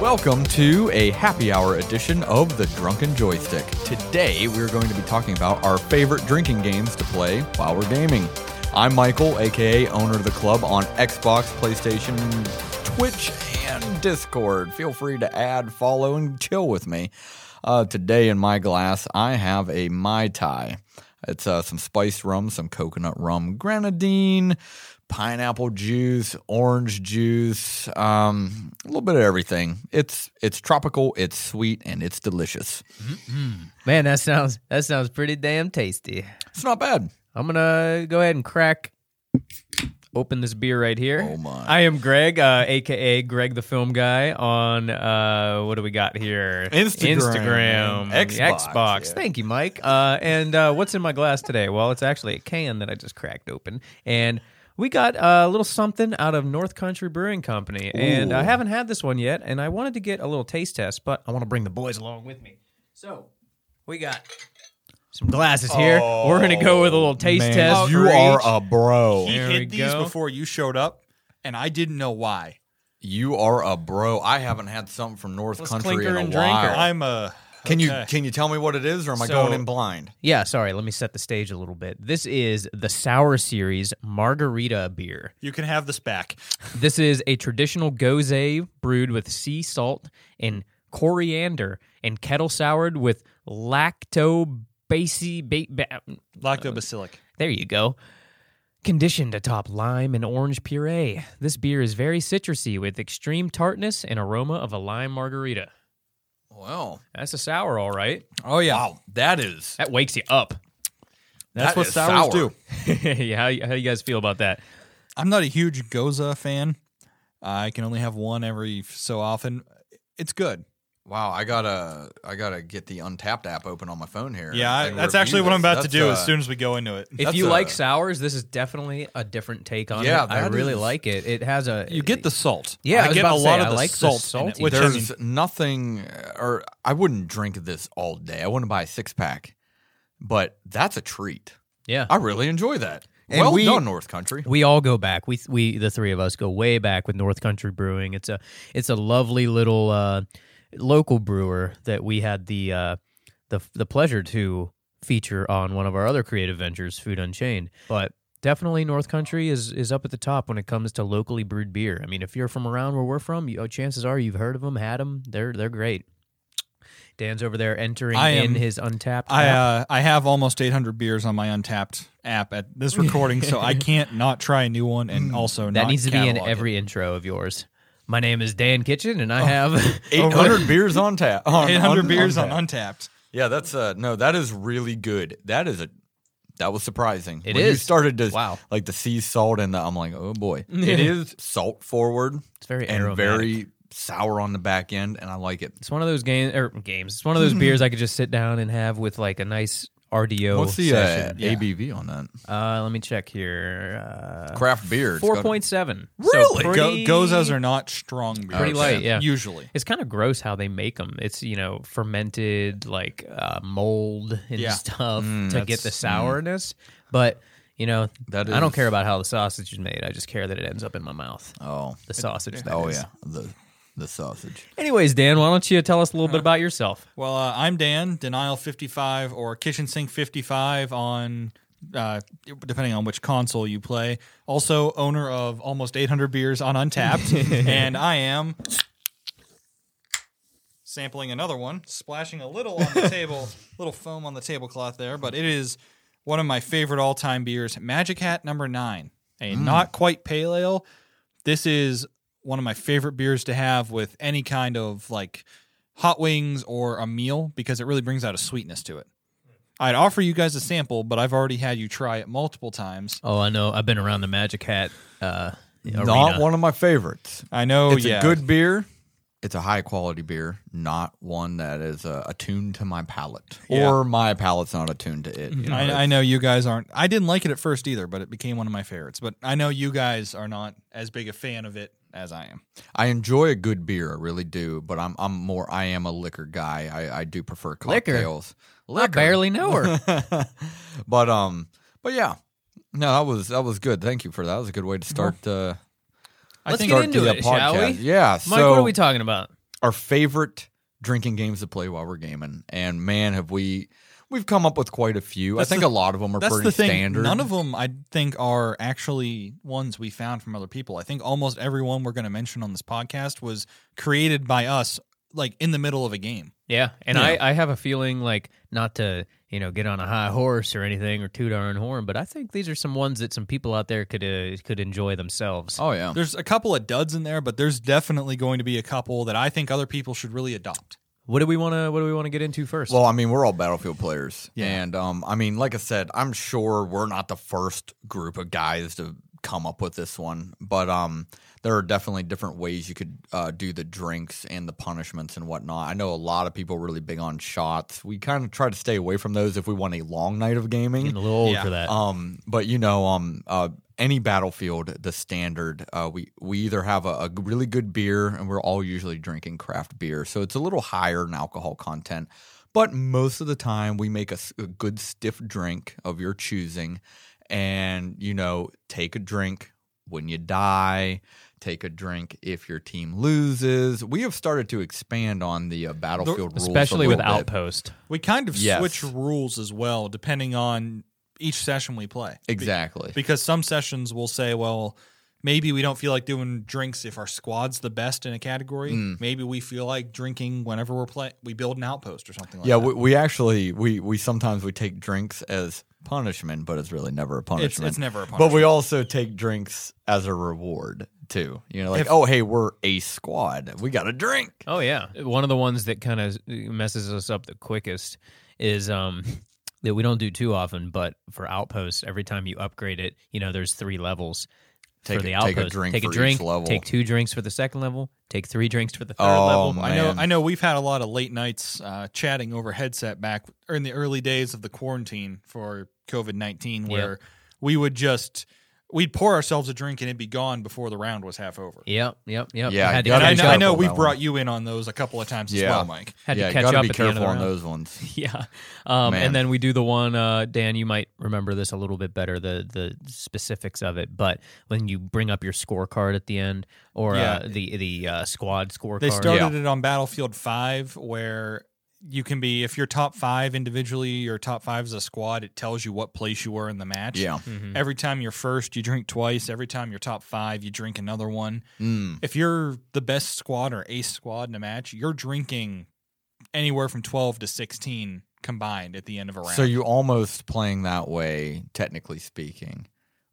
Welcome to a happy hour edition of the Drunken Joystick. Today we're going to be talking about our favorite drinking games to play while we're gaming. I'm Michael, aka owner of the club on Xbox, PlayStation, Twitch, and Discord. Feel free to add, follow, and chill with me. Uh, today in my glass, I have a Mai Tai. It's uh, some spiced rum, some coconut rum, grenadine, pineapple juice, orange juice, um, a little bit of everything. It's it's tropical, it's sweet, and it's delicious. Man, that sounds that sounds pretty damn tasty. It's not bad. I'm gonna go ahead and crack open this beer right here. Oh, my. I am Greg, uh, aka Greg the Film Guy on uh, what do we got here? Instagram. Instagram, Xbox, Xbox. yeah. Thank you, Mike. Uh, and uh, what's in my glass today? Well, it's actually a can that I just cracked open, and we got uh, a little something out of North Country Brewing Company, and I haven't had this one yet, and I wanted to get a little taste test, but I want to bring the boys along with me, so we got. Some glasses here. We're gonna go with a little taste test. Oh, you for are each. a bro. He There we hid these go. before you showed up, and I didn't know why. You are a bro. I haven't had something from North Country in clinker a and drinker. while. I'm a. can you okay. can you tell me what it is, or am I So- going in blind? Yeah, sorry. Let me set the stage a little bit. This is the Sour Series Margarita beer. You can have this back. This is a traditional gose brewed with sea salt and coriander and kettle soured with lactobacillus. Ba- ba- Lactobacillic. there you go. Conditioned atop lime and orange puree, this beer is very citrusy with extreme tartness and aroma of a lime margarita. Well, That's a sour, all right. oh yeah, wow, that is That wakes you up. That's that what is sours sour. do. yeah, how, how you guys feel about that? I'm not a huge Goza fan. I can only have one every so often. It's good. Wow, I gotta I gotta get the Untapped app open on my phone here. Yeah, I, and that's review actually what I'm this. about to That's, do uh, as soon as we go into it. If That's you a- like sours, this is definitely a different take on Yeah, it. I that really is- like it. It has a you get the salt. Yeah, I I, was get about a to lot say, of I the like the salt, in salty. it, which I mean, There's nothing, or I wouldn't drink this all day. I wouldn't buy a six pack, but that's a treat. yeah. I really enjoy that. And well we- done, North Country. we all go back. We we the three of us go way back with North Country Brewing. It's a it's a lovely little uh, local brewer that we had the uh, the the pleasure to feature on one of our other creative ventures, Food Unchained. But definitely North Country is is up at the top when it comes to locally brewed beer. I mean, if you're from around where we're from, you, chances are you've heard of them, had them. They're they're great. Dan's over there entering I am- in his untapped. I app. uh, I have almost 800 beers on my Untapped app at this recording, so I can't not try a new one and also Hmm. That not needs to be in catalog it. every intro of yours. My name is Dan Kitchen, and Oh. I have 800 beers on tap. on- 800 on- beers on tap. Untapped. Yeah, that's uh no, that is really good. That is a that was surprising. It When You is. started to Wow. like the sea salt and the, I'm like, oh boy, it is salt forward. It's very and aromatic. very sour on the back end, and I like it. It's one of those games or games. It's one of those beers I could just sit down and have with like a nice RDO. What's the uh, Oh, session. ABV on that? Uh, let me check here. Uh, Craft beer. it's Four got- point seven. Really? Go- So Go, pretty, gozas are not strong beers. pretty Okay. light. Yeah. Usually. It's kind of gross how they make them. It's you know fermented like uh, mold and Yeah. stuff to get that's- the sourness, but. You know, Mm, That I don't is- care about how the sausage is made. I just care that it ends up in my mouth. Oh, The sausage. that oh is. yeah, the the sausage. Anyways, Dan, why don't you tell us a Uh-huh. little bit about yourself? Well, uh, I'm Dan, Denial55 or Kitchen Sink 55 on, uh, depending on which console you play. Also, owner of almost 800 beers on Untapped. and I am sampling another one, splashing a little on the table, little foam on the tablecloth there. But it is one of my favorite all time beers, Magic Hat number nine, a not quite pale ale. This is one of my favorite beers to have with any kind of like hot wings or a meal because it really brings out a sweetness to it. I'd offer you guys a sample, but I've already had you try it multiple times. Oh, I know. I've been around the Magic Hat. Uh, arena. Oh, Not one of my favorites. I know it's yeah. a good beer. It's a high quality beer, not one that is uh, attuned to my palate, Yeah. or my palate's not attuned to it. you Mhm. know, I, I know you guys aren't. I didn't like it at first either, but it became one of my favorites. But I know you guys are not as big a fan of it as I am. I enjoy a good beer, I really do, but I'm I'm more I am a liquor guy. I, I do prefer Liquor? cocktails. I barely know her. But um but yeah. No, that was that was good. Thank you for that. That was a good way to start uh Let's I think get start into the uh, it, shall podcast. we? Yeah. Mike, so what are we talking about? our favorite drinking games to play while we're gaming. And man, have we we've come up with quite a few. I That's think the- a lot of them are That's pretty the thing. standard. None of them, I think, are actually ones we found from other people. I think almost every one we're going to mention on this podcast was created by us, like in the middle of a game. Yeah, and I, I have a feeling like not to you know get on a high horse or anything or toot our own horn, but I think these are some ones that some people out there could uh, could enjoy themselves. Oh yeah. There's a couple of duds in there, but there's definitely going to be a couple that I think other people should really adopt. What do we want to What do we want to get into first? Well, I mean, we're all Battlefield players, and um, I mean, like I said, I'm sure we're not the first group of guys to come up with this one, but um, there are definitely different ways you could uh, do the drinks and the punishments and whatnot. I know a lot of people are really big on shots. We kind of try to stay away from those if we want a long night of gaming. Getting a little old Yeah. for that. Um, but you know, um, uh, any battlefield, the standard, uh, we we either have a, a g- really good beer, and we're all usually drinking craft beer, so it's a little higher in alcohol content. But most of the time, we make a, s- a good stiff drink of your choosing, and you know, take a drink when you die. Take a drink if your team loses. We have started to expand on the uh, battlefield rules, a Especially with little bit. Outpost. We kind of Yes. switch rules as well, depending on each session we play. Exactly. because some sessions will say, well, maybe we don't feel like doing drinks if our squad's the best in a category. Mm. Maybe we feel like drinking whenever we're play we build an outpost or something like Yeah, that. we, we actually we we sometimes we take drinks as punishment, but it's really never a it's, punishment. it's never a But punishment. we also take drinks as a reward too. You know, like If- oh hey, we're a squad, we got a drink. Oh yeah, one of the ones that kind of messes us up the quickest is um that we don't do too often, but for Outpost, every time you upgrade it, you know there's three levels. Take for the a- take outpost, a drink take for a each drink, level. take two drinks for the second level, take three drinks for the third Oh, level. man. I know. man. I know. We've had a lot of late nights uh, chatting over headset back or in the early days of the quarantine for COVID nineteen, where we would just we'd pour ourselves a drink and it'd be gone before the round was half over. Yep, yep, yep. Yeah, I had to you And gotta I be catch know, I careful up. know with we've that brought you in on those a couple of times as Yeah. well, Mike. Had yeah, to catch gotta up be at the end careful on of the round. those ones. Yeah. Um, Man. and then we do the one, uh, Dan, you might remember this a little bit better, the the specifics of it, but when you bring up your scorecard at the end or Yeah. uh, the the uh, squad scorecard. They started it on Battlefield 5, where you can be, if you're top five individually or top five as a squad, it tells you what place you were in the match. Yeah, Mhm. Every time you're first, you drink twice. Every time you're top five, you drink another one. Mm. If you're the best squad or ace squad in a match, you're drinking anywhere from 12 to 16 combined at the end of a round. so you almost playing that way, technically speaking,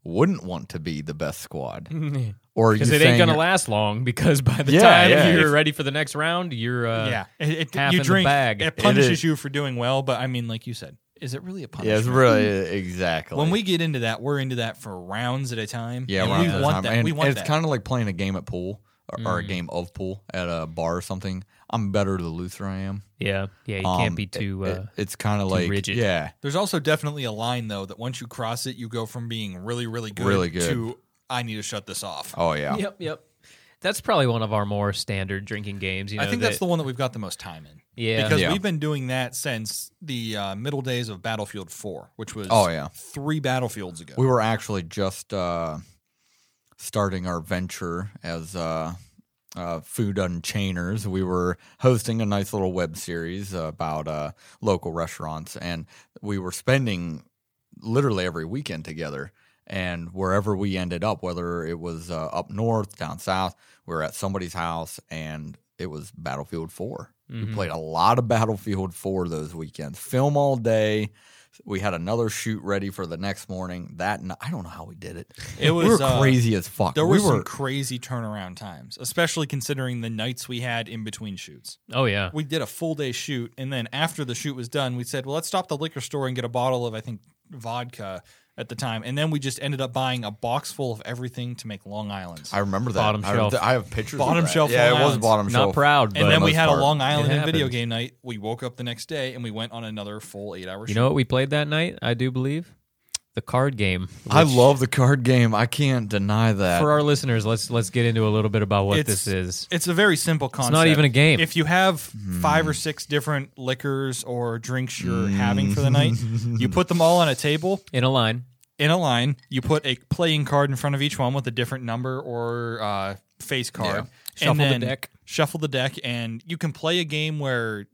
wouldn't want to be the best squad, or you Because Mm. it saying Mm-hmm. ain't gonna you're- last long. Because by the Yeah, time yeah. you're ready for the next round, you're uh, yeah, it, it- half you in the drink. bag. It It punishes is. you for doing well, but I mean, like you said, is it really a punishment? Yeah, it's really Mm. exactly When we get into that, we're into that for rounds at a time. Yeah, And around we that want time. that. And we want it's that. Mm. kind of like playing a game at pool or, or a game of pool at a bar or something. I'm better the looser I am. yeah, yeah. You Um, can't be too. it- uh, it's kind of like rigid. yeah, There's also definitely a line though that once you cross it, you go from being really, really good, Really good. to I need to shut this off. oh yeah. Yep, yep. That's probably one of our more standard drinking games. You know, I think that, that's the one that we've got the most time in. Yeah. because Yeah. we've been doing that since the uh, middle days of Battlefield 4, which was Oh, yeah. three battlefields ago. We were actually just uh, starting our venture as uh, uh, food unchainers. We were hosting a nice little web series about uh, local restaurants, and we were spending literally every weekend together. And wherever we ended up, whether it was uh, up north, down south, we were at somebody's house, and it was Battlefield 4. We Mhm. played a lot of Battlefield 4 those weekends. Film all day. We had another shoot ready for the next morning. That n- I don't know how we did it. It we was, were uh, crazy as fuck. there we were were some crazy turnaround times, especially considering the nights we had in between shoots. oh yeah, we did a full day shoot and then after the shoot was done we said well let's stop the liquor store and get a bottle of i think vodka at the time and then we just ended up buying a box full of everything to make long islands I remember that. Bottom I, rem- shelf. I have pictures. of Bottom that. shelf Yeah, Long it was Island. bottom shelf. not proud. But and then we most had a part, long island it and video happens. game night we woke up the next day and we went on another full eight hour shoot you know what we played that night? I do believe the card game. I which- love the card game. I can't deny that. for our listeners. Let's let's get into a little bit about what It's- this is. it's a very simple concept. even a game. If you have five or six different liquors or drinks you're having for the night, you put them all on a table In a line, in a line. You put a playing card in front of each one with a different number or uh, face card. Yeah. And shuffle then the deck. shuffle the deck, and you can play a game where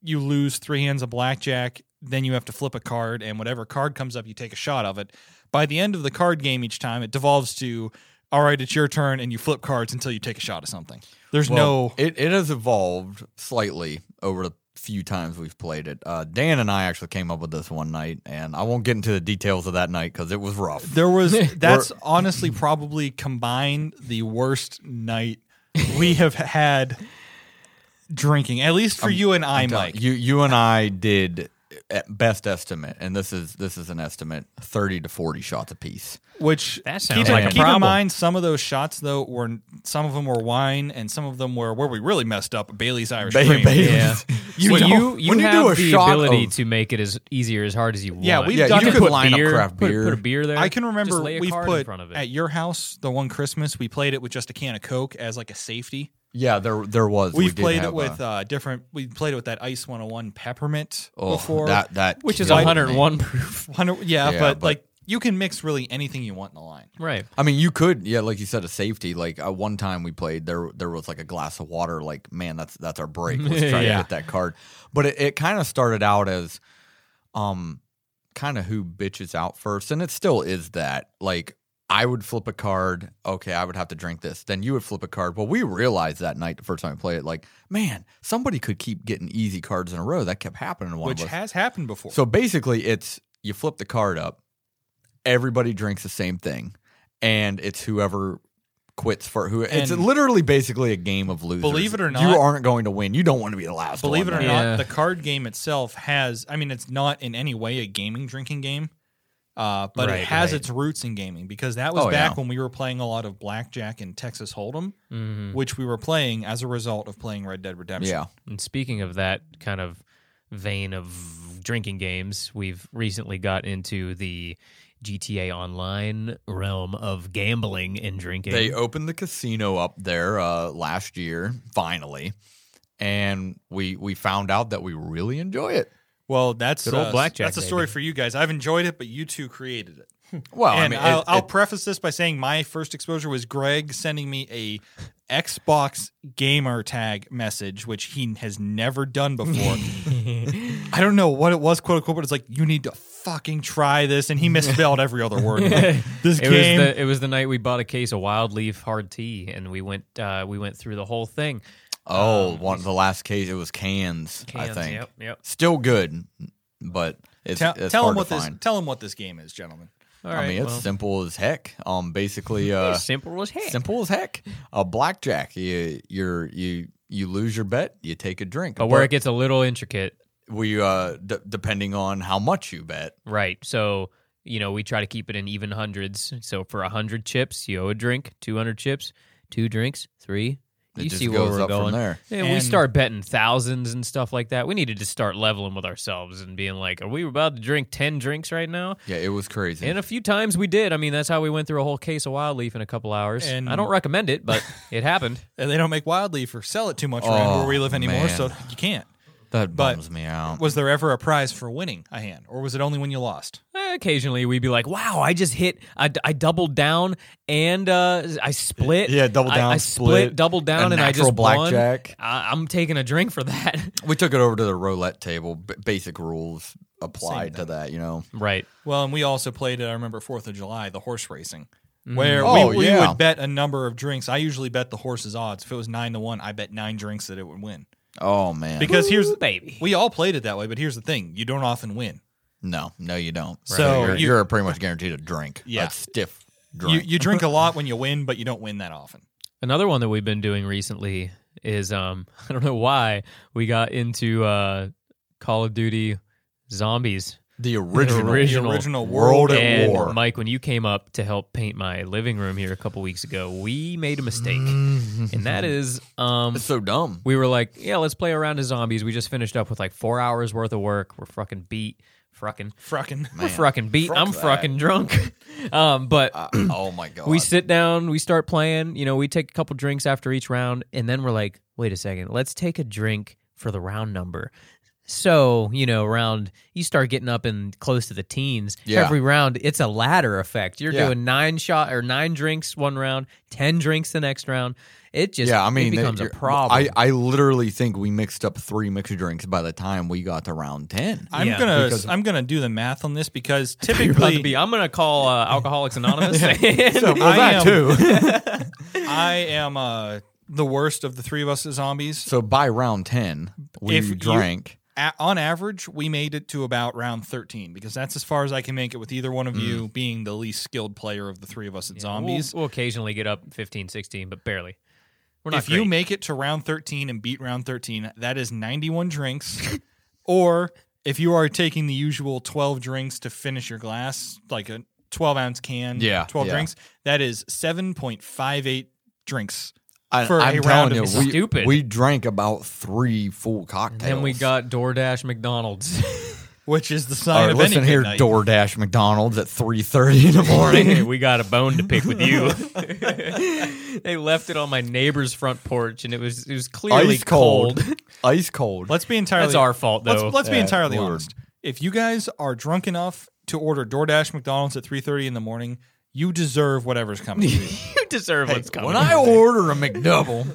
you lose three hands of blackjack, then you have to flip a card, and whatever card comes up, you take a shot of it. By the end of the card game each time, it devolves to all right, it's your turn, and you flip cards until you take a shot of something. There's Well, no It, it has evolved slightly over the few times we've played it. Uh, Dan and I actually came up with this one night, and I won't get into the details of that night because it was rough. There was that's honestly probably combined the worst night we have had drinking, at least for you and I, Mike. You you and I did at best estimate, and this is this is an estimate, thirty to forty shots apiece. Which That sounds keep, in- like a keep in problem. mind, some of those shots though were some of them were wine, and some of them were where we really messed up Bailey's Irish Ba- cream. Bailey's. Yeah. You Well, don't- you, you when you have do a the shot ability of- to make it as easy or as hard as you want. Yeah, we've Yeah, done you it. could put line beer, up craft put- beer. Put, a beer there. I can Just remember lay a we've card put in front of it. at your house the one Christmas we played it with just a can of Coke as like a safety. Yeah, there there was. we We've did played have it with a, uh, different. We played it with that Ice 101 peppermint oh, before. that that which is killed me. 101 proof. Hundred- yeah, Yeah, but, but- like you can mix really anything you want in the line. Right. I mean, you could, yeah, like you said, a safety. Like uh, one time we played, there there was like a glass of water. Like, man, that's that's our break. Let's try Yeah. to hit that card. But it, it kind of started out as, um, kind of who bitches out first, and it still is that. Like, I would flip a card. Okay, I would have to drink this. Then you would flip a card. Well, we realized that night the first time we played it. Like, man, somebody could keep getting easy cards in a row. That kept happening to one which of us. has happened before. So basically, it's you flip the card up, everybody drinks the same thing, and it's whoever quits for who. It's And- literally basically a game of losers. Believe it or not- you aren't going to win. You don't want to be the last. believe it one or there. Yeah. not, the card game itself has. I mean, it's not in any way a gaming drinking game, uh, but Right, it has right. its roots in gaming because that was Oh, back yeah. Mm-hmm. when we were playing a lot of blackjack and Texas Hold'em, Mhm. which we were playing as a result of playing Red Dead Redemption. Yeah. And speaking of that kind of vein of drinking games, we've recently got into the GTA Online realm of gambling and drinking. They opened the casino up there uh, last year, finally, and we we found out that we really enjoy it. Well, that's Good old uh, blackjack, That's a story baby. for you guys. I've enjoyed it, but you two created it. Well, and I Oh, I mean, it- will I'll it- preface this by saying my first exposure was Greg sending me a Xbox gamer tag message, which he has never done before. I don't know what it was, quote unquote, but it's like you need to fucking try this, and he misspelled every other word. this It game, was the it was the night we bought a case of wild leaf hard tea and we went uh, we went through the whole thing. oh, one the last case it was cans. I Cans, think Yep, yep. still good, but it's, tell, it's tell him hard what to this. find. Tell him what this game is, gentlemen. All I right, mean, it's well, simple as heck. Um, basically, uh, simple as heck. simple as heck. A blackjack. You you're, you you lose your bet. You take a drink. But where it gets a little intricate, we uh, d- depending on how much you bet. Right. So, you know, we try to keep it in even hundreds. So for 100 chips, you owe a drink, 200 chips, two drinks, three. It you just see where goes we're up from going. there. And, we And- start betting thousands and stuff like that. We needed to start leveling with ourselves and being like, are we about to drink 10 drinks right now? Yeah, it was crazy. And a few times we did. I mean, that's how we went through a whole case of wild leaf in a couple hours. And- I don't recommend it, but it happened. And they don't make wildleaf or sell it too much around Oh, where we live anymore, man. so you can't. that but- bums me out. Was there ever a prize for winning a hand, or was it only when you lost? Eh, Occasionally, we'd be like, "Wow, I just hit! I, I doubled down and uh, I split. Yeah, double I- down, I, split, split, doubled down, a and I natural just won. blackjack. I, I'm taking a drink for that. We took it over to the roulette table. B- basic rules applied to that. You know. right. Well, and we also played, I remember, Fourth of July, the horse racing, where Oh, we, we yeah. would bet a number of drinks. I usually bet the horse's odds. If it was nine to one, I bet nine drinks that it would win. Oh man. Because here's, Ooh, baby. we all played it that way, but here's the thing you don't often win. no, no, you don't. So you're, you- you're pretty much guaranteed a drink. Yeah. a stiff You, drink. you drink a lot when you win, but you don't win that often. Another one that we've been doing recently is um, I don't know why we got into uh, Call of Duty Zombies. the original, original the original World World at and War. Mike, when you came up to help paint my living room here a couple weeks ago, we made a mistake, and that Mm. is um, It's so dumb. we were like, yeah, let's play around as zombies. We just finished up with like four hours worth of work. We're fucking beat. Fucking. Frickin'. We're fucking beat. fuck I'm that. fucking drunk. um, but Uh, oh my god. we sit down, we start playing. You know, we take a couple drinks after each round, and then we're like, wait a second, let's take a drink for the round number. So, you know, around you start getting up and close to the teens. Yeah. Every round, it's a ladder effect. You're Yeah. doing nine shot or nine drinks one round, 10 drinks the next round. It just yeah, I mean, it becomes a you're- problem. I, I literally think we mixed up three mixed drinks by the time we got to round ten. I'm Yeah, gonna because- I'm gonna do the math on this because You're about typically to be, I'm going to call uh, Alcoholics Anonymous. So, well, I that am- too. I am uh, the worst of the three of us as zombies. so by round ten, we If you- drank. A- on average, we made it to about round 13 because that's as far as I can make it with either one of Mm. you being the least skilled player of the three of us at zombies. We'll, we'll occasionally get up 15, 16, but barely. We're not if you great. make it to round 13 and beat round 13, that is 91 drinks. or if you are taking the usual 12 drinks to finish your glass, like a 12 ounce can, Yeah, 12 yeah. drinks, that is 7.58 drinks. I, for I'm a telling round of you, it's we, stupid. we drank about three full cocktails. Then we got DoorDash McDonald's. Which is the All sign right, of listen any here, good night. DoorDash McDonald's at three thirty in the morning. Hey, we got a bone to pick with you. they left it on my neighbor's front porch, and it was it was clearly Ice cold. Ice cold. Let's be entirely That's our fault, though. Let's, let's be Yeah, entirely we were- honest. If you guys are drunk enough to order DoorDash McDonald's at 3:30 in the morning, you deserve whatever's coming. to you. you deserve what's coming. when I order a McDouble,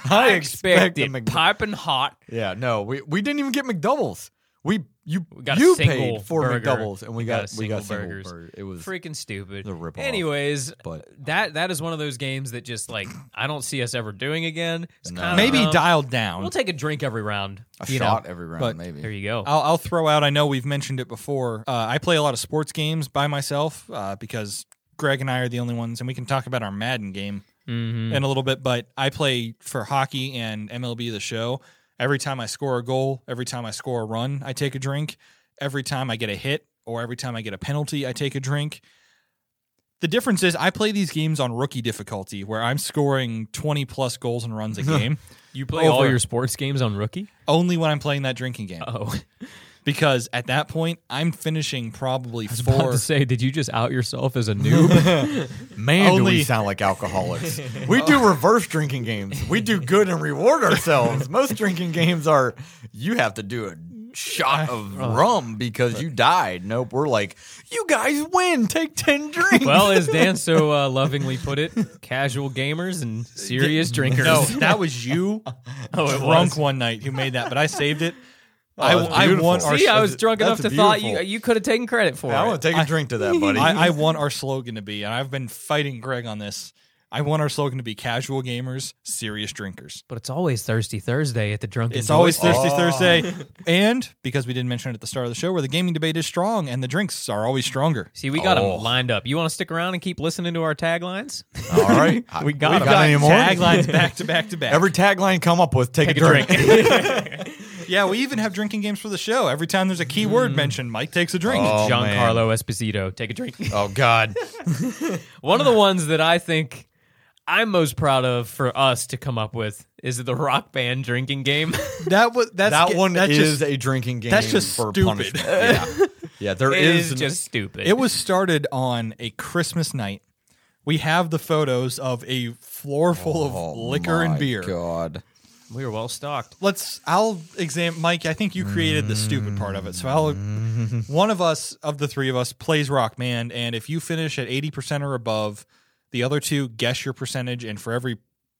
I expect expect a it McDo- piping hot. yeah, no, we, we didn't even get McDoubles. We you got a you single paid for burger. McDoubles and we, We got, got a we got single single burgers. burger. It was Freaking stupid. The ripoff. Anyways, But- that that is one of those games that just like I don't see us ever doing again. It's No. kinda Maybe dumb. dialed down. We'll take a drink every round. a you know. shot every round, but- maybe. There you go. I'll, I'll throw out. I know we've mentioned it before. Uh, I play a lot of sports games by myself uh, because Greg and I are the only ones, and we can talk about our Madden game Mhm. in a little bit. But I play for hockey and MLB the Show. Every time I score a goal, every time I score a run, I take a drink. Every time I get a hit or every time I get a penalty, I take a drink. The difference is I play these games on rookie difficulty where I'm scoring 20 plus goals and runs a game You play all over. your sports games on rookie? only when I'm playing that drinking game Oh, because at that point I'm finishing probably I was about four to say, did you just out yourself as a noob? Man, do we Only- sound like alcoholics. we do reverse drinking games. We do good and reward ourselves. Most drinking games are you have to do a shot of Oh. rum because you died. Nope, we're like, you guys win. Take 10 drinks. well, as Dan so uh, lovingly put it, casual gamers and serious drinkers. No, that was you Oh, it drunk was. Oh, one night who made that, but I saved it. that's I, I beautiful. want our See, I was That's drunk enough to thought you beautiful. you could have taken credit for I it. want to take a drink to that, buddy. I, I want our slogan to be, and I've been fighting Greg on this. I want our slogan to be casual gamers, serious drinkers. but it's always Thirsty Thursday at the drunken. It's always Joystick. Thirsty Oh. Thursday. And because we didn't mention it at the start of the show, where the gaming debate is strong and the drinks are always stronger. See, we got Oh. them lined up. You want to stick around and keep listening to our taglines? All right. We got we 'em. got any more? Taglines back to back to back. Every tagline come up with, take, a, drink. yeah, we even have drinking games for the show. Every time there's a key word mentioned, Mike takes a drink. Mm. Oh, man. Giancarlo Esposito, take a drink. oh, God. One of the ones that I think I'm most proud of for us to come up with is the rock band drinking game. That was that's that one that's is just- a drinking game that's just for stupid. punishment. Yeah. yeah, there it is is just stupid. It was started on a Christmas night. We have the photos of a floor full of Oh, liquor and my beer. God. we were well stocked. Let's. I'll examine. Mike, I think you created the stupid part of it. So I'll. One of us, of the three of us, plays Rockman, and if you finish at eighty percent or above, the other two guess your percentage, and for every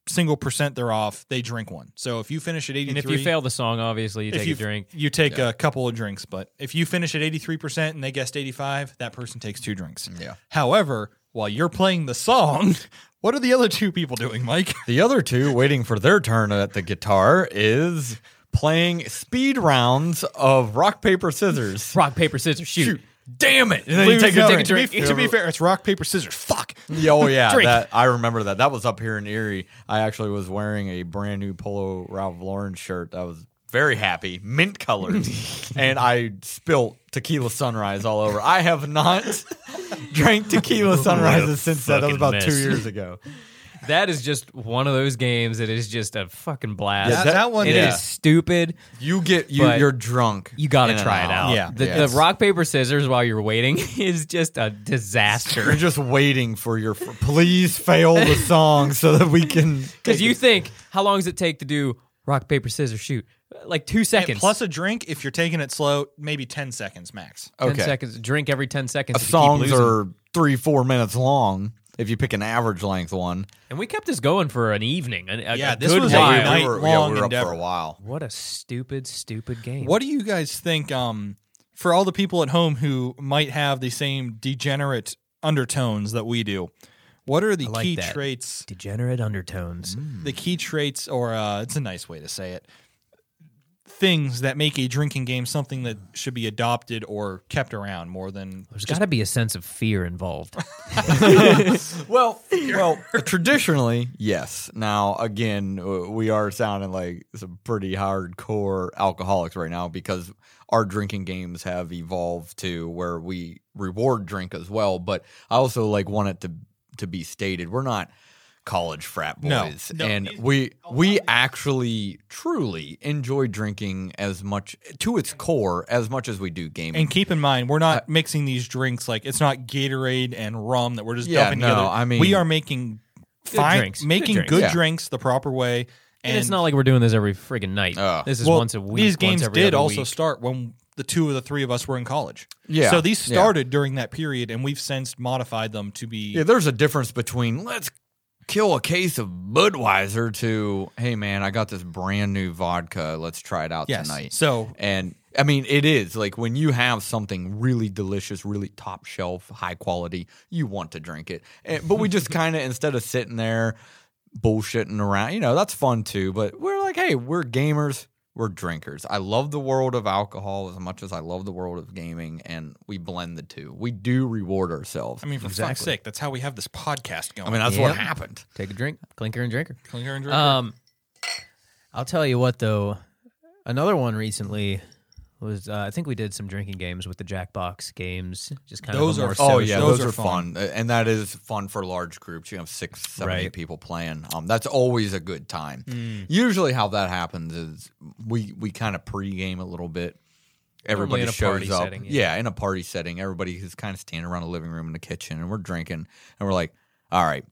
single percent they're off, they drink one. So if you finish at eighty, And if you fail the song, obviously you if take you a drink. You take a couple of drinks, but if you finish at 83% and they guessed 85, that person takes two drinks. Yeah. However, while you're playing the song, what are the other two people doing, Mike? The other two, waiting for their turn at the guitar, is playing speed rounds of rock, paper, scissors. Rock, paper, scissors, shoot. Damn it. And then Lose, you take a no, drink. to be- To be fair, it's rock, paper, scissors. Fuck. Yeah, Oh yeah, Drink. that I remember that. That was up here in Erie. I actually was wearing a brand new Polo Ralph Lauren shirt. I was very happy, mint colored, and I spilt tequila sunrise all over. I have not drank tequila sunrises since that. That was fucking about two mess. years ago. That is just one of those games that is just a fucking blast. Yeah, That, that- that one It is yeah. stupid. You get you, But you're drunk. You got in to an try it hour. out. Yeah. The, Yes. the rock, paper, scissors while you're waiting is just a disaster. You're just waiting for your. Please fail the song so that we can. Because you think, how long does it take to do rock paper scissors shoot like two And seconds plus a drink if you're taking it slow, maybe 10 seconds max. 10 Okay. seconds drink every 10 seconds if you keep Songs losing. are three, four minutes long if you pick an average length one. and we kept this going for an evening an- a, Yeah, a this good was a while. night we were, yeah, long we were up for endeavor. a while. what a stupid stupid game What do you guys think? Um, for all the people at home who might have the same degenerate undertones that we do, what are the like key that. traits? Degenerate undertones. Hmm. The key traits, or uh, it's a nice way to say it, things that make a drinking game something that should be adopted or kept around more than There's got to be a sense of fear involved. Well, well, traditionally, yes. Now, again, w- we are sounding like some pretty hardcore alcoholics right now because our drinking games have evolved to where we reward drink as well. But I also like want it to to be stated we're not college frat No, boys, no. and we we actually truly enjoy drinking as much to its core as much as we do gaming. And keep in mind, we're not mixing these drinks like it's not Gatorade and rum that we're just Yeah, dumping no, together. I mean- we are making fine, drinks, good making good drinks. drinks, Yeah. the proper way. and it's not like we're doing this every friggin' night Ugh. this is well, once a week These once games every did other also week. start when the two of the three of us were in college. Yeah, So these yeah. started during that period, and we've since modified them to be. Yeah, there's a difference between let's kill a case of Budweiser to hey man, I got this brand new vodka. Let's try it out yes. tonight. So And I mean, it is like when you have something really delicious, really top shelf, high quality, you want to drink it. And, but we just kind of instead of sitting there bullshitting around, you know, that's fun too. But we're like, hey, we're gamers. We're drinkers. I love the world of alcohol as much as I love the world of gaming, and we blend the two. We do reward ourselves. I mean, for fuck's sake, that's how we have this podcast going. I mean, that's Yep. what happened. Take a drink, clinker and drinker. Clinger and Drinker. Um, I'll tell you what though, another one recently was uh, I think we did some drinking games with the Jackbox games. Just kind Those of a are more fun. social- oh yeah, those those, are are, fun. Uh, and that is fun for large groups. You have six, seven, eight Right. people playing. Um, that's always a good time. Usually, how that happens is we we kind of pregame a little bit. Everybody in a shows party up. setting, yeah. in a party setting, everybody is kind of standing around the living room in the kitchen, and we're drinking, and we're like, all right.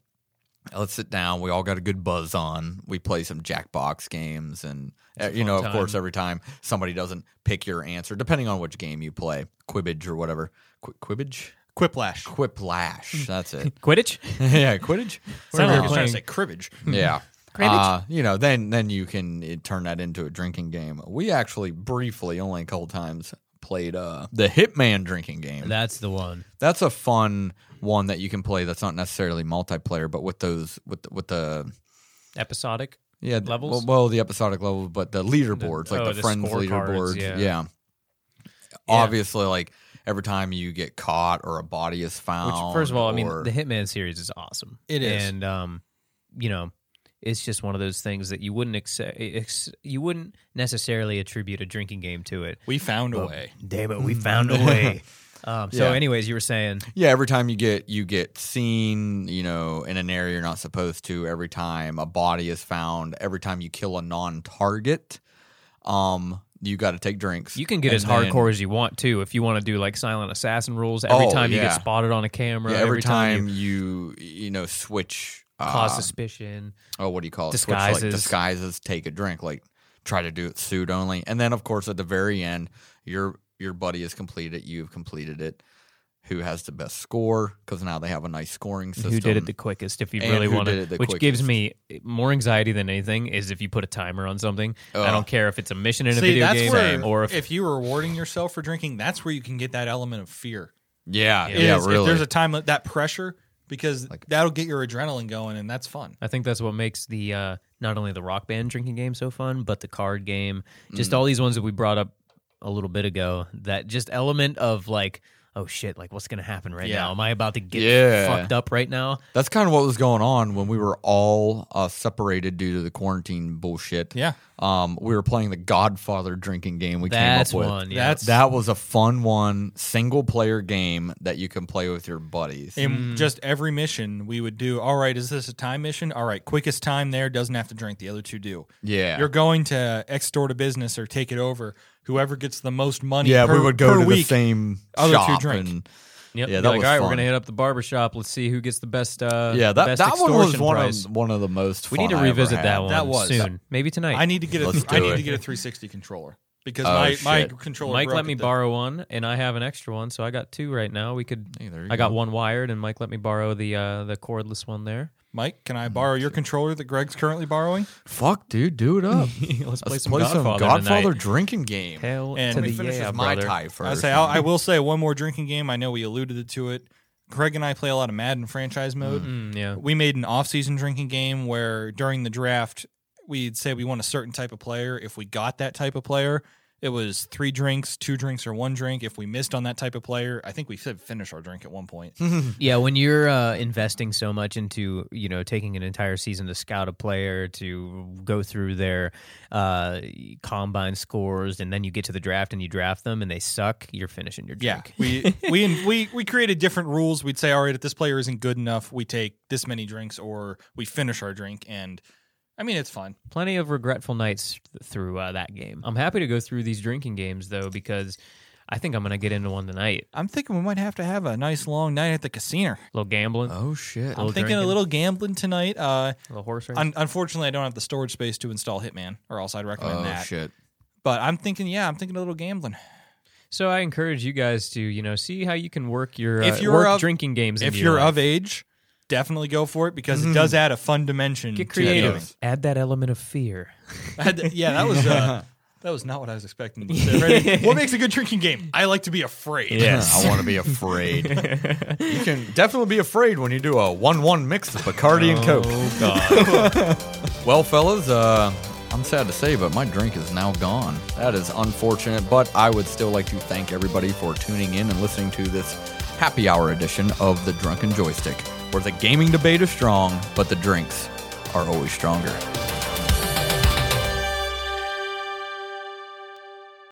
Let's sit down. We all got a good buzz on. We play some Jackbox games, and uh, you know, of course, every time somebody doesn't pick your answer, depending on which game you play, Quibbage or whatever. Qu- Quibbage, Quiplash. Quiplash. That's it. quidditch yeah, Quidditch. Sounded like I was trying playing- to say cribbage. Yeah. Uh, you know, then then you can uh, turn that into a drinking game. We actually briefly, only a couple times, played uh, the Hitman drinking game. That's the one. that's a fun one that you can play. That's not necessarily multiplayer, but with those with the- with the episodic yeah th- Levels? Well, well, the episodic level, but the leaderboards, like oh, the, the friends scorecards, leaderboards. yeah. Obviously, like every time you get caught or a body is Which, found. first of all, I mean, or- the Hitman series is awesome. It is. and um, you know, it's just one of those things that you wouldn't accept. Ex- you wouldn't necessarily attribute a drinking game to it. Mm. We found a way. Damn it, we found a way. Um, so, Yeah. anyways, you were saying Yeah, every time you get you get seen, you know, in an area you're not supposed to. Every time a body is found, every time you kill a non-target, um, you got to take drinks. You can get And as then- hardcore as you want to if you want to do like silent assassin rules. Every Oh, time you yeah. get spotted on a camera, yeah, every, time, you you you know switch uh, cause suspicion. oh, what do you call it? Switch, like, Disguises. disguises. Take a drink. Like try to do it suit only, and then of course at the very end, your your buddy has completed it. You've completed it. Who has the best score? Because now they have a nice scoring system. Who did it the quickest? If you And really who want did to, it the which gives quickest. me more anxiety than anything is if you put a timer on something. I Ugh. don't care if it's a mission in a See, video that's game where, or if, if, you're rewarding yourself for drinking, that's where you can get that element of fear. yeah, yeah, is really. If there's a time li- that pressure, because that'll get your adrenaline going, and that's fun. I think that's what makes the uh, not only the rock band drinking game so fun, but the card game, Mm. just all these ones that we brought up a little bit ago. That just element of like, oh shit, like what's gonna happen right Yeah. now? Am I about to get Yeah. fucked up right now? That's kind of what was going on when we were all uh, separated due to the quarantine bullshit. Yeah. Um, we were playing the Godfather drinking game we That's came up with. one. Yeah. That's That was a fun one, single player game that you can play with your buddies. and just every mission we would do. All right, is this a time mission? All right, quickest time there doesn't have to drink. The other two do. yeah. You're going to extort a business or take it over. Whoever gets the most money. yeah, per, we would go per to week, the same other two shop drink. and Yep. Yeah, Be that like, was all right, fun. we're gonna hit up the barber shop. Let's see who gets the best. Uh, yeah, that, best that one was extortion one price. of one of the most. We need fun to I ever revisit had. that one That was- soon, maybe tonight. I need to get a Let's I do need it. to get a 360 controller because Oh, my my shit. controller. Mike broke let me at the- borrow one, and I have an extra one, so I got two right now. We could. Hey, there you I got go. one wired, and Mike let me borrow the uh, the cordless one there. Mike, can I borrow Mm. your controller that Greg's currently borrowing? Fuck, dude, do it Oh. up. Let's play Let's some play some Godfather, Godfather tonight. drinking game. Hell And to we the finish yeah, with my brother. tie first. I say I'll, I will say one more drinking game. I know we alluded to it. Greg and I play a lot of Madden franchise mode. Mm, yeah. We made an off-season drinking game where during the draft we'd say we want a certain type of player. If we got that type of player, it was three drinks, two drinks, or one drink. If we missed on that type of player, I think we said finish our drink at one point. Yeah, when you're uh, investing so much into you know taking an entire season to scout a player to go through their uh, combine scores, and then you get to the draft and you draft them and they suck, you're finishing your Yeah, drink. we we we we created different rules. We'd say, all right, if this player isn't good enough, we take this many drinks, or we finish our drink. And I mean, it's fun. plenty of regretful nights th- through uh, that game. I'm happy to go through these drinking games though because I think I'm gonna get into one tonight. I'm thinking we might have to have a nice long night at the casino. A little gambling, oh shit. I'm thinking a drinking. little gambling tonight. Uh, a little horse race. un- unfortunately, I don't have the storage space to install Hitman, or else I'd recommend Oh that. shit. But I'm thinking, yeah, I'm thinking a little gambling. so I encourage you guys to you know see how you can work your uh, If you're work of- drinking games. If into you're your life. of age, definitely go for it because it does add a fun dimension. get to the creative, gaming. add that element of fear. Had- yeah, that was uh, that was not what I was expecting. to say. Ready? what makes a good drinking game? I like to be afraid. I want to be afraid. you can definitely be afraid when you do a one-one mix of Bacardi and Coke. Oh God! Well, fellas, uh, I'm sad to say, but my drink is now gone. That is unfortunate, but I would still like to thank everybody for tuning in and listening to this happy hour edition of The Drunken Joystick, where the gaming debate is strong, but the drinks are always stronger.